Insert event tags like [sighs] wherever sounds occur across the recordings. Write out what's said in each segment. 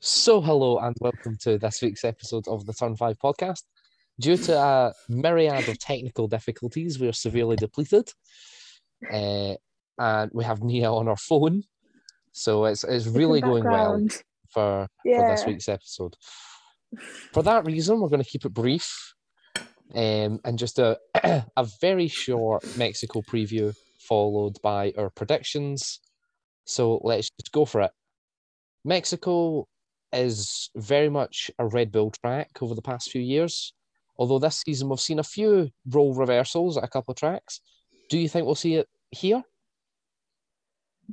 So, hello and welcome to this week's episode of the Turn 5 podcast. Due to a myriad of technical difficulties, we are severely depleted. Uh, and we have Nia on our phone. So, it's, it's really going well Background. for, for Yeah. this week's episode. For that reason, we're going to keep it brief um, and just a, [clears throat] a very short Mexico preview, followed by our predictions. So let's just go for it. Mexico is very much a Red Bull track over the past few years, although this season we've seen a few role reversals at a couple of tracks. Do you think we'll see it here?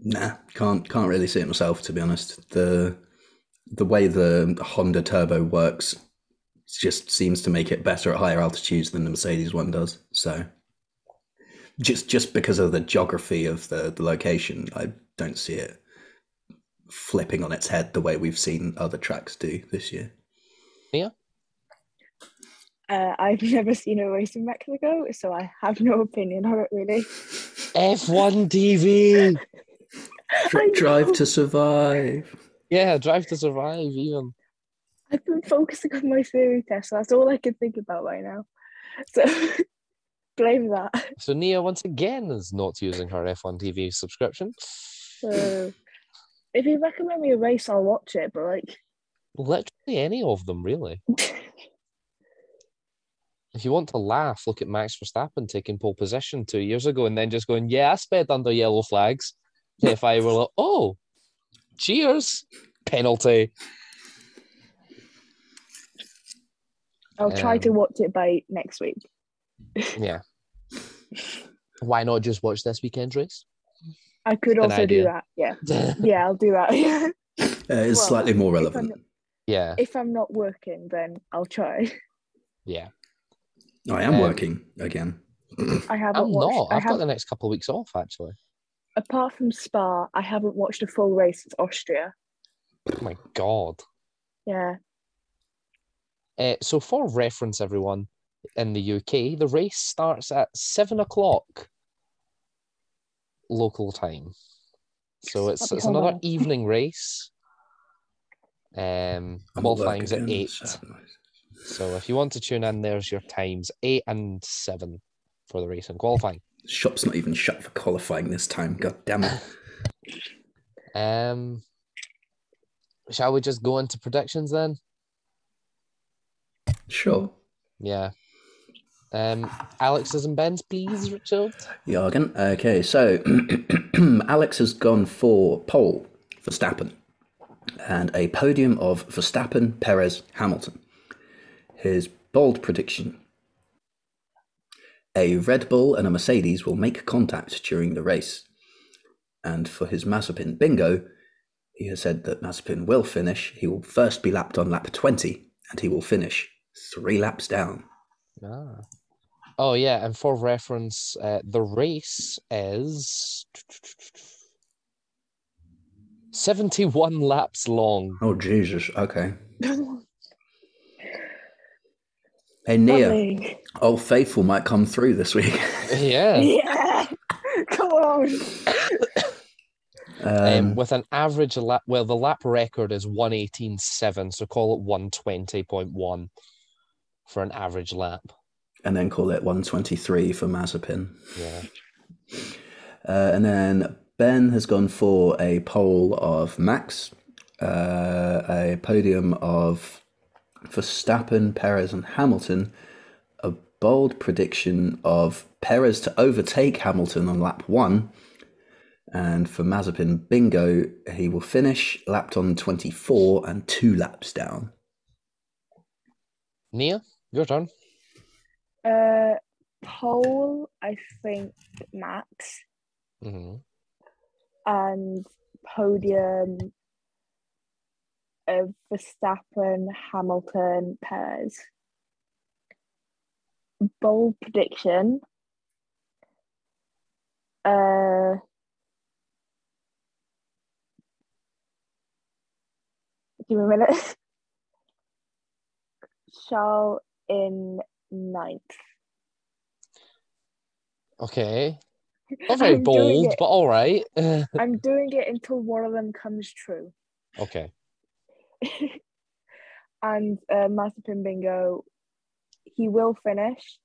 Nah, can't can't really see it myself to be honest. The the way the Honda Turbo works just seems to make it better at higher altitudes than the Mercedes one does. So just just because of the geography of the, the location, I don't see it flipping on its head the way we've seen other tracks do this year. Uh, I've never seen a race in Mexico, so I have no opinion on it really. F1 TV. I know. Drive to survive. Yeah, Drive to Survive. Even I've been focusing on my theory test, so that's all I can think about right now. So [laughs] blame that. so, Nia once again is not using her F1 TV subscription. So if you recommend me a race, I'll watch it. But like, Literally any of them, [laughs] really. if you want to laugh, look at Max Verstappen taking pole position two years ago and then just going, Yeah, I sped under yellow [laughs] flags. if I were like, Oh, cheers, penalty. I'll try to Um, watch it by next week. Yeah. Why not just watch this weekend race? [laughs] I could an also idea. do that. Yeah, yeah, I'll do that. [laughs] Yeah. Uh, it's Well, slightly more if I'm- relevant. yeah, if I'm not working, then I'll try. yeah. I am um, working again. I haven't I'm watched. not. I I've got have the next couple of weeks off actually. apart from Spa, I haven't watched a full race since Austria. Oh my god. Yeah. [laughs] Uh, so, for reference, everyone in the UK, the race starts at seven o'clock local time. So it's That'd be it's another horrible. evening race. Um, I'm at work qualifying's at again, eight. so- So if you want to tune in, there's your times eight and seven for the race and qualifying. Shop's not even shut for qualifying this time. God damn it. Um, shall we just go into predictions then? Sure. Yeah. Um, Alex's and Ben's, please, Richard. Jargon. Okay, so [clears throat] Alex has gone for pole Verstappen and a podium of Verstappen, Perez, Hamilton. His bold prediction a Red Bull and a Mercedes will make contact during the race. And for his Mazepin bingo, he has said that Mazepin will finish. He will first be lapped on lap 20 and he will finish three laps down. Ah. Oh yeah, and for reference, uh, the race is seventy-one laps long. Oh, Jesus. Okay. Lovely. Hey, Nia, Old Faithful might come through this week. [laughs] Yeah, [laughs] Yeah. Come on. Um, um, with an average lap. Well, the lap record is one eighteen seven, so call it one twenty point one for an average lap. and then call it 123 for Mazepin. Yeah, Uh, and then Ben has gone for a pole of Max, uh, a podium of Verstappen, Perez, and Hamilton, a bold prediction of Perez to overtake Hamilton on lap one. And for Mazepin bingo, he will finish lapped on 24 and two laps down. Nia, your turn. Uh, pole, I think Max, hmm and podium, uh, Verstappen, Hamilton, Perez. Bold prediction. Uh, give me a minute. [laughs] Charles in ninth. Okay, not very I'm doing bold, it. but all right. [laughs] I'm doing it until one of them comes true. okay, and uh, Mazepin Bingo, he will finish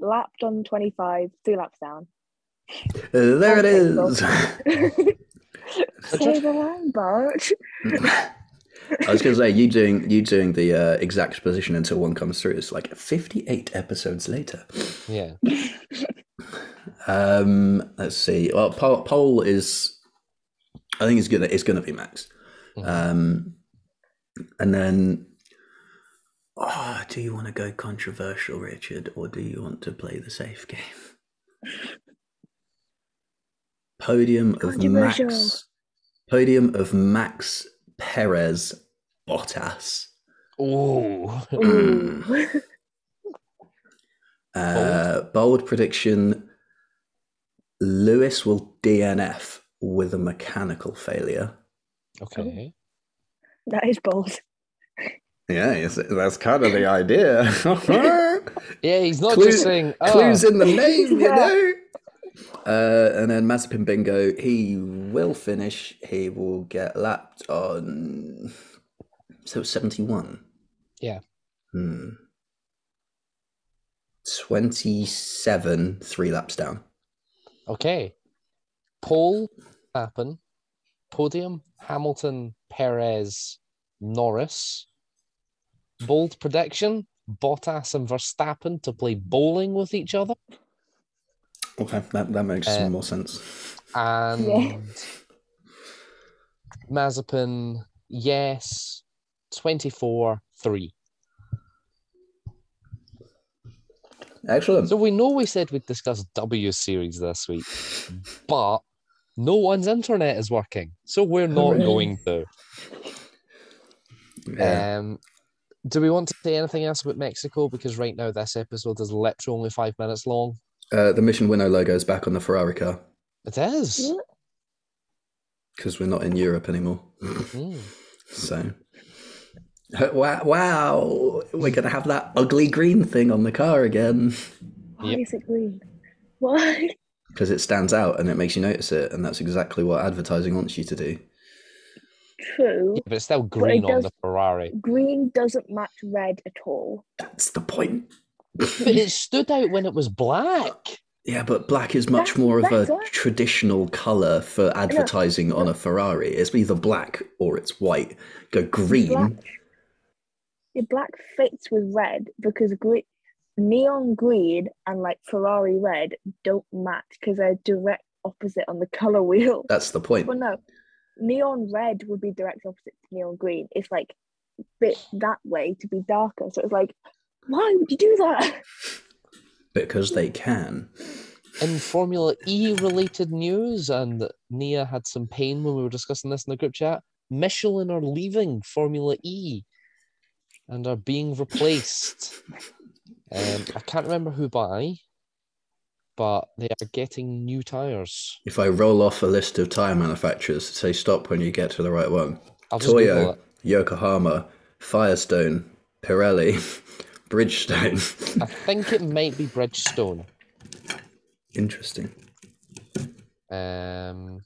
lapped on 25, three laps down. Uh, there it is. [laughs] Say the line, Bart. I was going to say you doing you doing the uh, exact position until one comes through. It's like fifty eight episodes later. Yeah. Um, let's see. Well, poll, poll is, I think it's gonna it's gonna be Max. Mhm. Um, and then, oh, do you want to go controversial, Richard, or do you want to play the safe game? Podium of Controversial. Max. Podium of Max Perez Bottas. Oh, Ooh. Uh, bold prediction Lewis will DNF with a mechanical failure. [laughs] okay. [laughs] that is bold. Yeah, yes, that's kind of the idea. Ah. Yeah, he's not Clue- just saying. Oh, [laughs] Clues in the name, you Yeah. know. Uh, and then Mazepin Bingo, he will finish. He will get lapped on. So it's 71. Yeah. Hmm. 27, three laps down. Okay. Paul Verstappen, podium, Hamilton, Perez, Norris. Bold prediction Bottas and Verstappen to play bowling with each other. Okay, that, that makes Uh, some more sense. And Yeah. Mazepin, yes, 24 3. Excellent. So we know we said we'd discuss W series this week, but no one's internet is working. So we're not Hooray. going to. yeah. Um, do we want to say anything else about Mexico? Because right now this episode is literally only five minutes long. uh, the Mission Winnow logo is back on the Ferrari car It is. because we're not in Europe anymore. [laughs] Mm. so, uh, wow, wow, we're going to have that ugly green thing on the car again Why Yep. is it green? Why? because it stands out and it makes you notice it. And that's exactly what advertising wants you to do. True. Yeah, but it's still green on does- the Ferrari. [laughs] Green doesn't match red at all. That's the point. But it stood out when it was black. Yeah, but black is much That's more of a better. traditional colour for advertising on a Ferrari. It's either black or it's white. Go green. Black. Yeah, black fits with red because green, neon green and like Ferrari red don't match because they're direct opposite on the color wheel. That's the point. Well, no, neon red would be direct opposite to neon green. It's like bit that way to be darker. So it's like, why would you do that? [laughs] Because they can. In Formula E related news, and Nia had some pain when we were discussing this in the group chat. Michelin are leaving Formula E and are being replaced. um, I can't remember who by, but they are getting new tires. If I roll off a list of tyre manufacturers, say stop when you get to the right one. I'll just Google Toyo, it. Yokohama, Firestone, Pirelli, [laughs] I Bridgestone. [laughs] think it might be Bridgestone. Interesting. Um,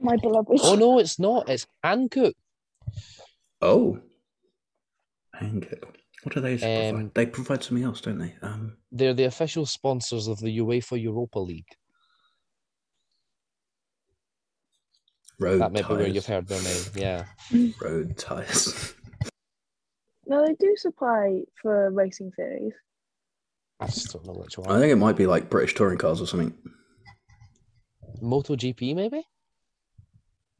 My beloved. oh no, it's not. It's Hankook. Oh. Hang it. What do they Um, provide? They provide something else, don't they? Um, They're the official sponsors of the UEFA Europa League. road That might be tyres. where you've heard their name. Yeah. [laughs] Road tyres. No, they do supply for racing series. I just don't know which one. I think it might be like British touring cars or something. MotoGP, maybe?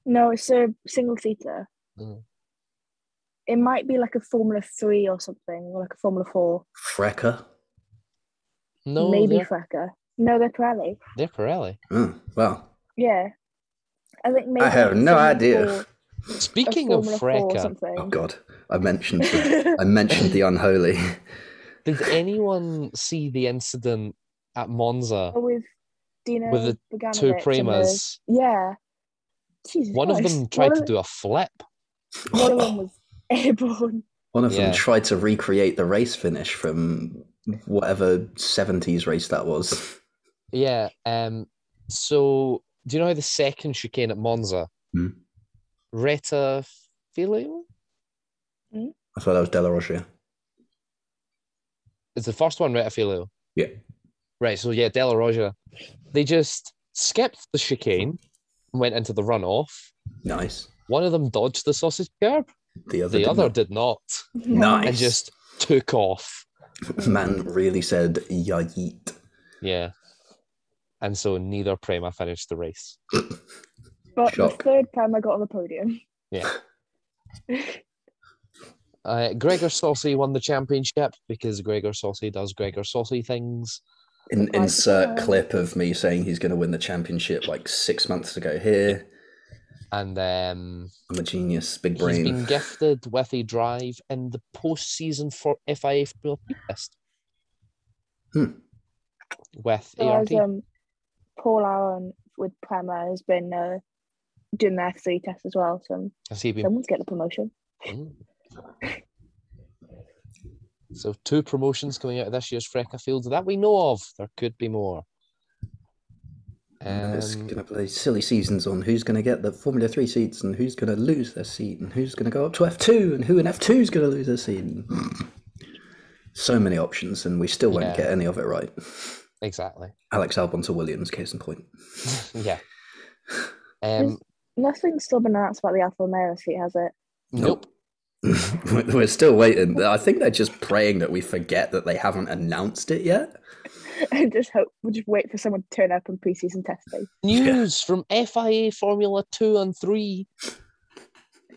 No, it's a single seater. Mm. It might be like a Formula Three or something, or like a Formula Four. Frecker. No, Maybe they're, Frecker. No, they're Pirelli. they're Pirelli. Oh, wow. Yeah. I think maybe I have like a no Formula idea. Four- a Speaking of Formula Four or Freca, something. Oh God, I mentioned the, I mentioned the unholy. did anyone see the incident at Monza? Or [laughs] with Dino With the Beganovic Two and the- Primas. Yeah. Jesus One of Christ. them tried One to of- do a flip. One [laughs] of them was airborne. One of Yeah. them tried to recreate the race finish from whatever seventies race that was. Yeah. Um. So, do you know how the second chicane at Monza? Hmm. Retta Filio? I thought that was Della Rochia. It's the first one, right? Filio. Yeah. Right. So yeah, Della Roja. They just skipped the chicane and went into the runoff. Nice. One of them dodged the sausage curb. The other. The did other not. did not, [laughs] Nice. and just took off. Man really said yeet. Yeah. And so neither Prema finished the race. [laughs] But Shock. the third time I got on the podium. [laughs] Uh, Gregor Saucy won the championship because Gregor Saucy does Gregor Saucy things. In, Like, insert uh, clip of me saying he's going to win the championship like six months ago. Here, And um, I'm a genius, big he's been brain. gifted with a drive in the postseason for FIA Formula P test. Hmm. With So ART. as um, Paul Aaron with Prema has been uh, doing the F3 test as well. So Has he been? someone's getting a promotion. Mm. So two promotions coming out of this year's Frecka Field that we know of. There could be more. And it's Um, going to play silly seasons on who's going to get the Formula 3 seats and who's going to lose their seat and who's going to go up to F2 and who in F2 is going to lose their seat. [laughs] so many options, and we still won't Yeah. get any of it right. exactly. Alex Albon to Williams, case in point. Yeah. Um, Nothing's still been announced about the Alfa Romeo seat, has it? [laughs] nope. We're [laughs] we're still waiting. I think they're just praying that we forget that they haven't announced it yet. I just hope we'll just wait for someone to turn up on preseason test day. News from FIA Formula 2 and 3.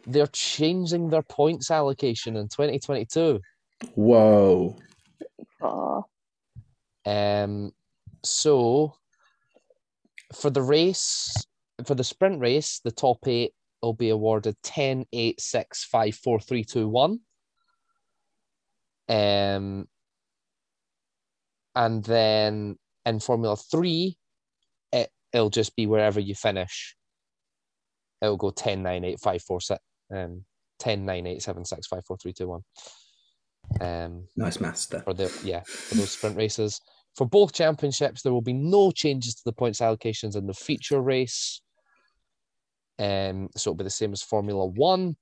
They're changing their points allocation in 2022. Whoa. Oh, Um, so, for the race, for the sprint race, the top eight will be awarded 10, 8, 6, 5, 4, 3, 2, 1. Um, and then in Formula 3, it, it'll just be wherever you finish. It'll go 10, 9, 8, 5, 4, 6, um, 10, 9, 8, 7, 6, 5, 4, 3, 2, 1. Um, Nice master. for the yeah for those sprint races. For both championships, there will be no changes to the points allocations in the feature race. Um, so it'll be the same as Formula One.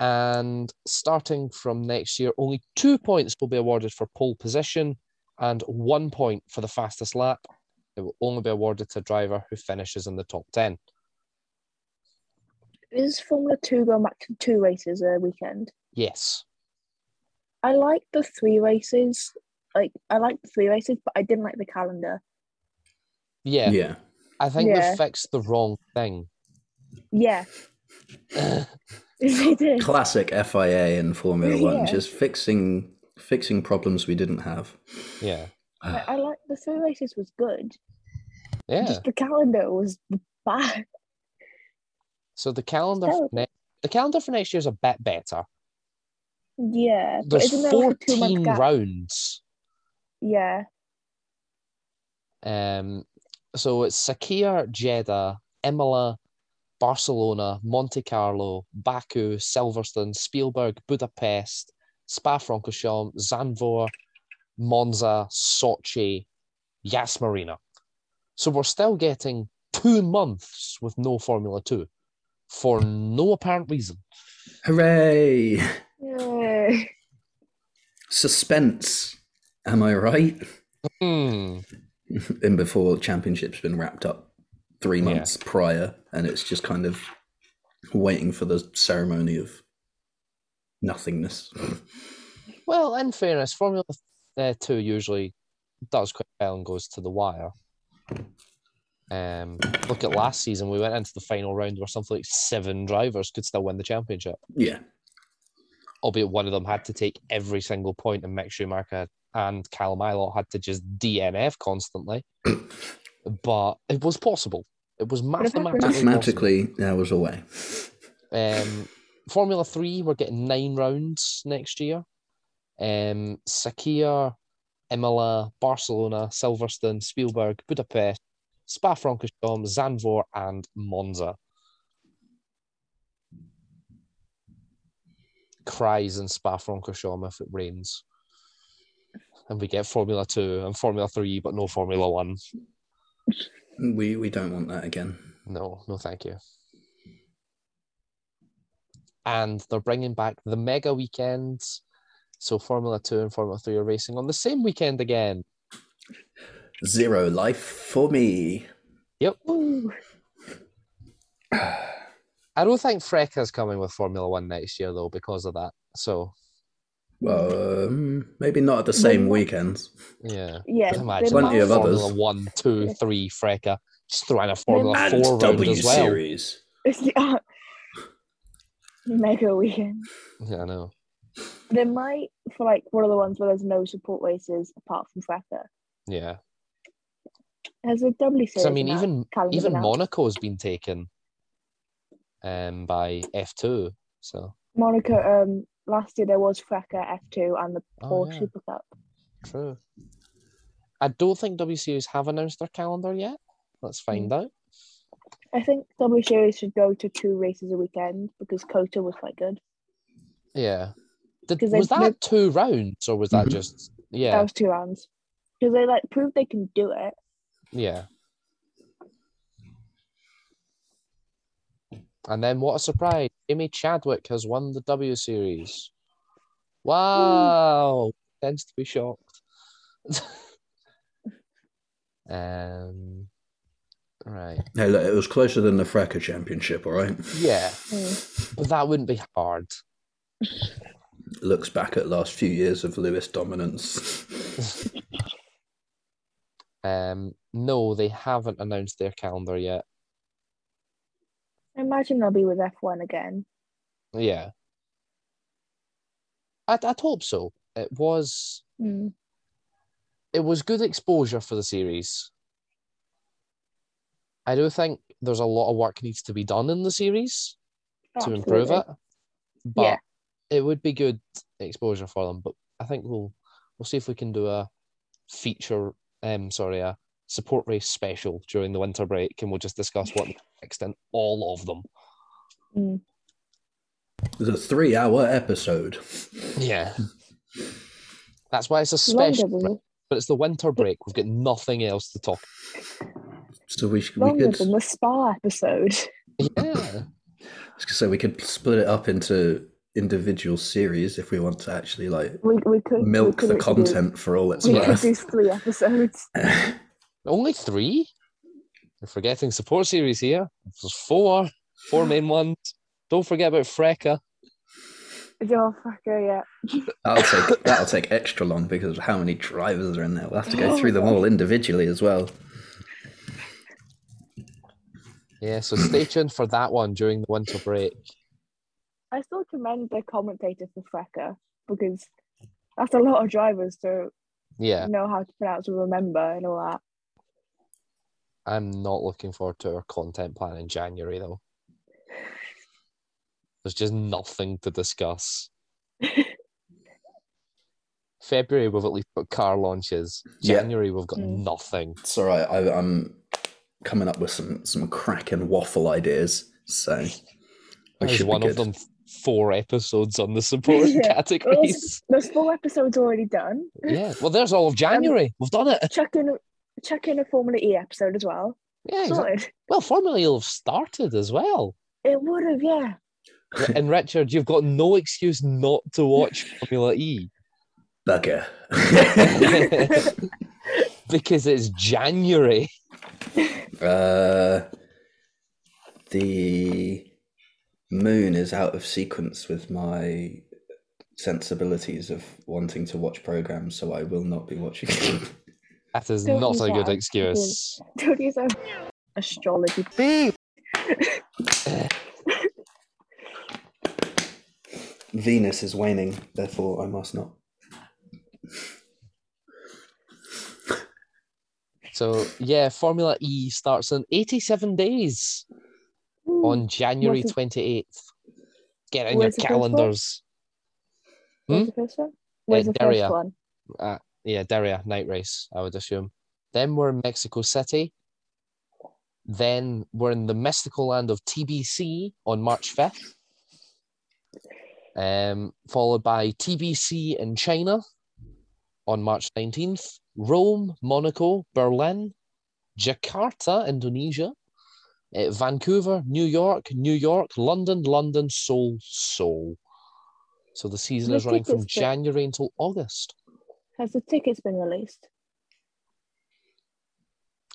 And starting from next year, only two points will be awarded for pole position and one point for the fastest lap. It will only be awarded to a driver who finishes in the top 10. is Formula Two going back to two races a weekend? Yes. I like the three races. Like I like the three races, but I didn't like the calendar. Yeah. yeah. I think Yeah. they fixed the wrong thing. [clears throat] Yeah, [laughs] they did. classic FIA in Formula One, Yeah. just fixing fixing problems we didn't have. yeah. I, I like the three races was good. Yeah. Just the calendar was bad. [laughs] So the calendar for So- ne- the calendar for next year is a bit better. Yeah, but There's isn't there like a two fourteen month gap? rounds. yeah, Um, so it's Sakia, Jeddah, Imola, Barcelona, Monte Carlo, Baku, Silverstone, Spielberg, Budapest, Spa-Francorchamps, Zandvoort, Monza, Sochi, Yas Marina. So we're still getting two months with no Formula Two for no apparent reason. Hooray! yeah. Suspense. Am I right? [laughs] Hmm. And before championship's been wrapped up three Yeah. months prior, and it's just kind of waiting for the ceremony of nothingness. Well, in fairness, Formula uh, Two usually does quite well and goes to the wire. Um, look at last season; we went into the final round where something like seven drivers could still win the championship, yeah. albeit one of them had to take every single point, and Mick Schumacher and Cal Milot had to just DNF constantly. but it was possible; it was if that were mathematically possible. Mathematically, there was a way. Um, Formula Three, we're getting nine rounds next year. Um, Sakia, Imola, Barcelona, Silverstone, Spielberg, Budapest, Spa Francorchamps, Zandvoort, and Monza. Cries in Spa Francorchamps if it rains. And we get Formula Two and Formula Three, but no Formula One. We we don't want that again. No, no, thank you. and they're bringing back the mega weekends. So Formula Two and Formula Three are racing on the same weekend again. Zero life for me. Yep. Ooh, I don't think Freka's coming with Formula One next year though because of that. So Well, um, maybe not at the same weekends. yeah, yeah. Just imagine they might- Plenty of Formula others. One, Two, Three, Freka. Just throwing a Formula might- And Four round W as well. series. [laughs] It's the uh, mega weekend. Yeah, I know. They might for like one of the ones where there's no support races apart from Frecker. Yeah, Has a W series. because I mean, now, even calendar even now. Monaco's been taken um, by F two. So Monaco. Um, last year there was Frecker F two and the Oh, Porsche yeah. Super Cup. true. I don't think WCUs have announced their calendar yet. Let's find out. I think W series should go to two races a weekend because Kota was quite good. Yeah. Did, 'Cause they- was that they- two rounds or was that Mhm. just That yeah was two rounds because they like proved they can do it. yeah? And then what a surprise! Jimmy Chadwick has won the W Series. Wow! Tends to be shocked. [laughs] um, right. Hey, look, it was closer than the Frecker Championship, all right? Yeah, Hmm. Mm. but that wouldn't be hard. Looks back at last few years of Lewis dominance. Um, no, they haven't announced their calendar yet. I imagine they'll be with F one again. Yeah. I'd, I'd hope so. It was Mm. it was good exposure for the series. I do think there's a lot of work needs to be done in the series to improve Absolutely. it, but Yeah. it would be good exposure for them. But I think we'll we'll see if we can do a feature, um, sorry, a support race special during the winter break, and we'll just discuss what next and all of them. Mm. It was a three hour episode. Yeah, that's why it's a Longer special. than but it's the winter break. We've got nothing else to talk. So we, sh- we longer could, than the spa episode. [laughs] Yeah, I was gonna say we could split it up into individual series if we want to actually like We, we could we milk could the literally do- content for all [laughs] it's We could worth. do three episodes. [laughs] only three. We're forgetting support series here. There's four, four main ones. Don't forget about Freka. Oh, fucker, yeah. That'll take that'll take extra long because of how many drivers are in there. We'll have to Oh, go through them all individually as well. Yeah, so stay tuned for that one during the winter break. I still commend the commentator for Frecker because that's a lot of drivers to Yeah, know how to pronounce and remember and all that. I'm not looking forward to our content plan in January though. There's just nothing to [laughs] discuss. February we've at least got car launches. Yeah. January we've got Mm. nothing. It's all right. I, I'm coming up with some some cracking waffle ideas. So we There's should be one of them good. four episodes on the support [laughs] Yeah. categories. There's [laughs] four episodes already done. yeah. Well, there's all Um, of January. We've done it. Chuck in, chuck in a Formula E episode as well. Yeah. exactly. Sorted. Well, Formula E will have started as [laughs] well. It would have, yeah. [laughs] And Richard, you've got no excuse not to watch Formula E Bugger. [laughs] because it's January. uh, the moon is out of sequence with my sensibilities of wanting to watch programs, so I will not be watching. That is Don't not use a that good as- excuse. Don't use that. Astrology. [laughs] Venus is waning, therefore I must not. So, yeah, Formula E starts in 87 days on January Hmm. What's it- 28th. Get on your Where's the first one? calendars. hmm? Where's the first one? Where's the Daria. first one? yeah, Derria night race, I would assume. Then we're in Mexico City. Then we're in the mystical land of TBC on March 5th. Um, followed by TBC in China on March 19th, Rome, Monaco, Berlin, Jakarta, Indonesia, Uh, Vancouver, New York, New York, London, London, Seoul, Seoul. So the season The is running from tickets that- January until August. Has the tickets been released?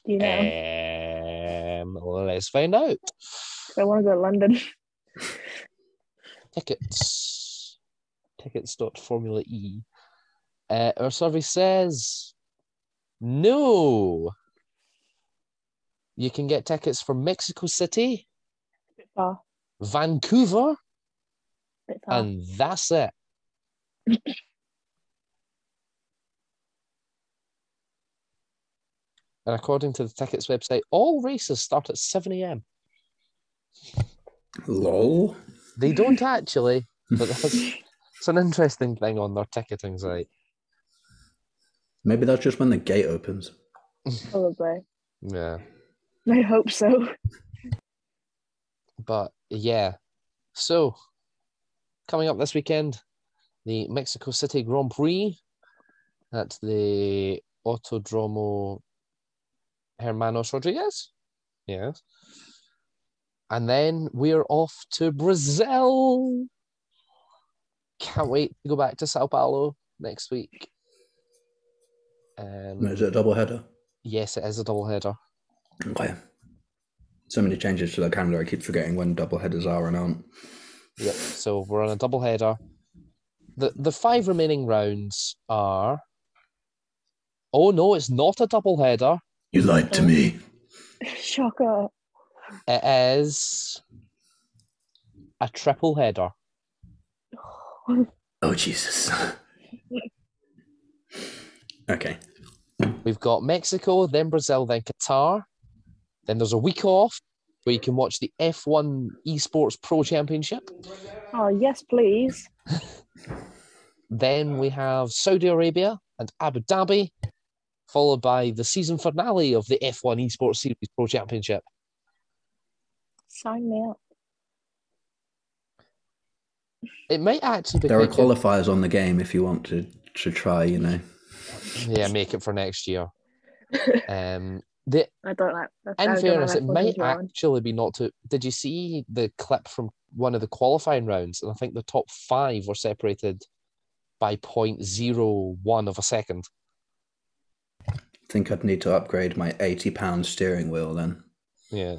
Do you know? Eh. Um, let's find out. 'Cause I want to go to London. [laughs] Tickets. Tickets.formula E. Uh, our survey says no. You can get tickets for Mexico City, bit far. Vancouver, bit far. and that's it. and according to the tickets website, all races start at 7 a.m. Lol. They don't actually, but that's, it's an interesting thing on their ticketing site. Maybe that's just when the gate opens. Probably. Yeah. I hope so. [laughs] But yeah. So, coming up this weekend, the Mexico City Grand Prix at the Autodromo Hermanos Rodriguez. Yes. And then we're off to Brazil. Can't wait to go back to Sao Paulo next week. Um, Is it a double header? yes, it is a double header. Okay. So many changes to the calendar. I keep forgetting when double headers are and aren't. Yep. So we're on a double header. The the five remaining rounds are. Oh no, it's not a double header. You lied to me. Shocker. [sighs] It is a triple header. Oh Jesus. [laughs] okay. We've got Mexico, then Brazil, then Qatar. Then there's a week off where you can watch the F1 Esports Pro Championship. Oh, yes, please. Then we have Saudi Arabia and Abu Dhabi, followed by the season finale of the F1 Esports Series Pro Championship. Sign me up. It might actually be There are quite good. qualifiers on the game if you want to to try. You know. yeah, make it for next [laughs] year. Um, the I don't like that. in fairness, it might actually be not to. Did you see the clip from one of the qualifying rounds? And I think the top five were separated by 0.01 of a second. Think I'd need to upgrade my eighty pound steering wheel then. Yeah,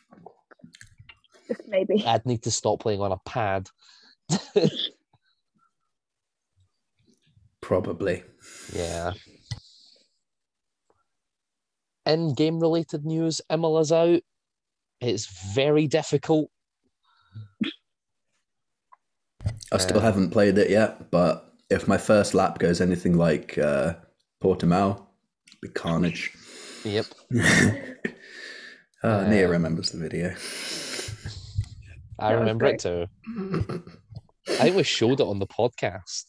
[laughs] Maybe. I'd need to stop playing on a pad. Probably. Yeah. In game related news, Emila's out. It's very difficult. I still Uh, haven't played it yet, but if my first lap goes anything like uh, Portimao, it'd be carnage. [laughs] Yep. Uh, Uh, Nia remembers the video. [laughs] I That was remember it too. I think we showed it on the podcast.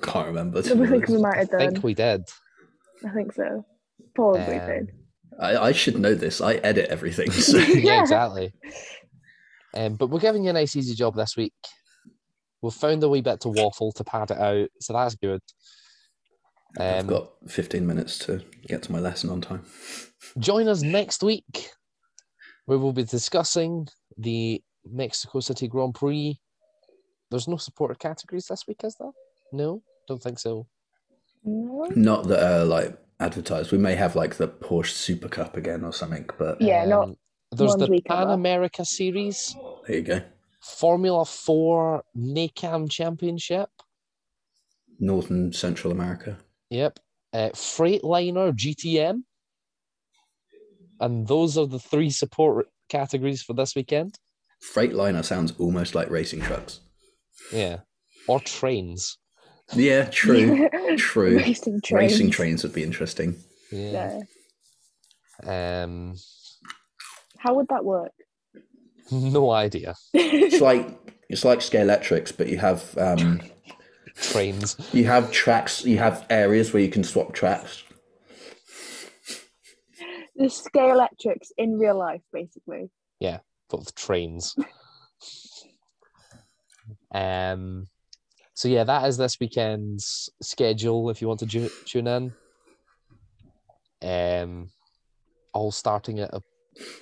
Can't remember. to I be think [laughs] we honest. might I have think done. we did. [laughs] I think so. Probably Um, did. I, I should know this. I edit everything. So. yeah, Yeah. exactly. Um, but we're giving you a nice easy job this week. We've found a wee bit to waffle to pad it out, so that's good. I've Um, got 15 minutes to get to my lesson on time. join us next week. We will be discussing the Mexico City Grand Prix. There's no supporter categories this week, is there? No, don't think so. No? Not that uh, like advertised. We may have like the Porsche Super Cup again or something, but Yeah, not Um, There's ones the we cover. Pan America Series. there you go. Formula Four NACAM Championship. Northern Central America. Yep. Uh, Freightliner GTM. And those are the three support categories for this weekend. Freightliner sounds almost like racing trucks. Yeah. Or trains. Yeah, [laughs] true. True. Racing trains. racing trains would be interesting. Yeah. Yeah. Um, [laughs] How would that work? [laughs] no idea. It's like it's like scale electrics, but you have um, Trains. you have tracks. You have areas where you can swap tracks. the scale electrics in real life, basically. but with trains. um, so yeah, that is this weekend's schedule. If you want to ju- tune in, um, all starting at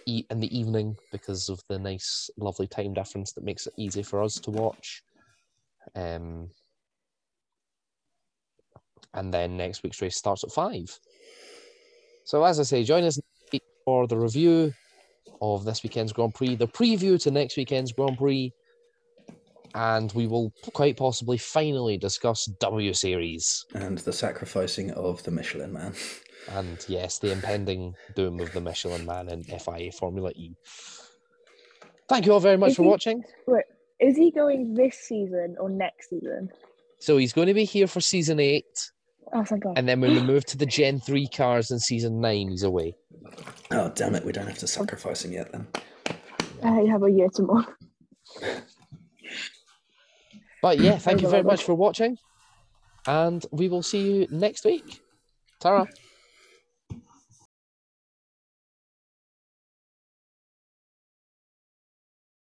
e- in the evening because of the nice, lovely time difference that makes it easy for us to watch. Um, and then next week's race starts at five. So, as I say, join us next week for the review of this weekend's Grand Prix, the preview to next weekend's Grand Prix, and we will quite possibly finally discuss W Series and the sacrificing of the Michelin Man. and, yes, the impending doom of the Michelin Man in FIA Formula E. Thank you all very much Is for he- watching. Is he going this season or next season? So, he's going to be here for season eight. Oh, thank God. And then when we move to the Gen 3 cars in season 9, he's away. Oh damn it! We don't have to sacrifice him yet then. I have a year tomorrow. But yeah, thank you very Overloaded. much for watching. And we will see you next week. Tara.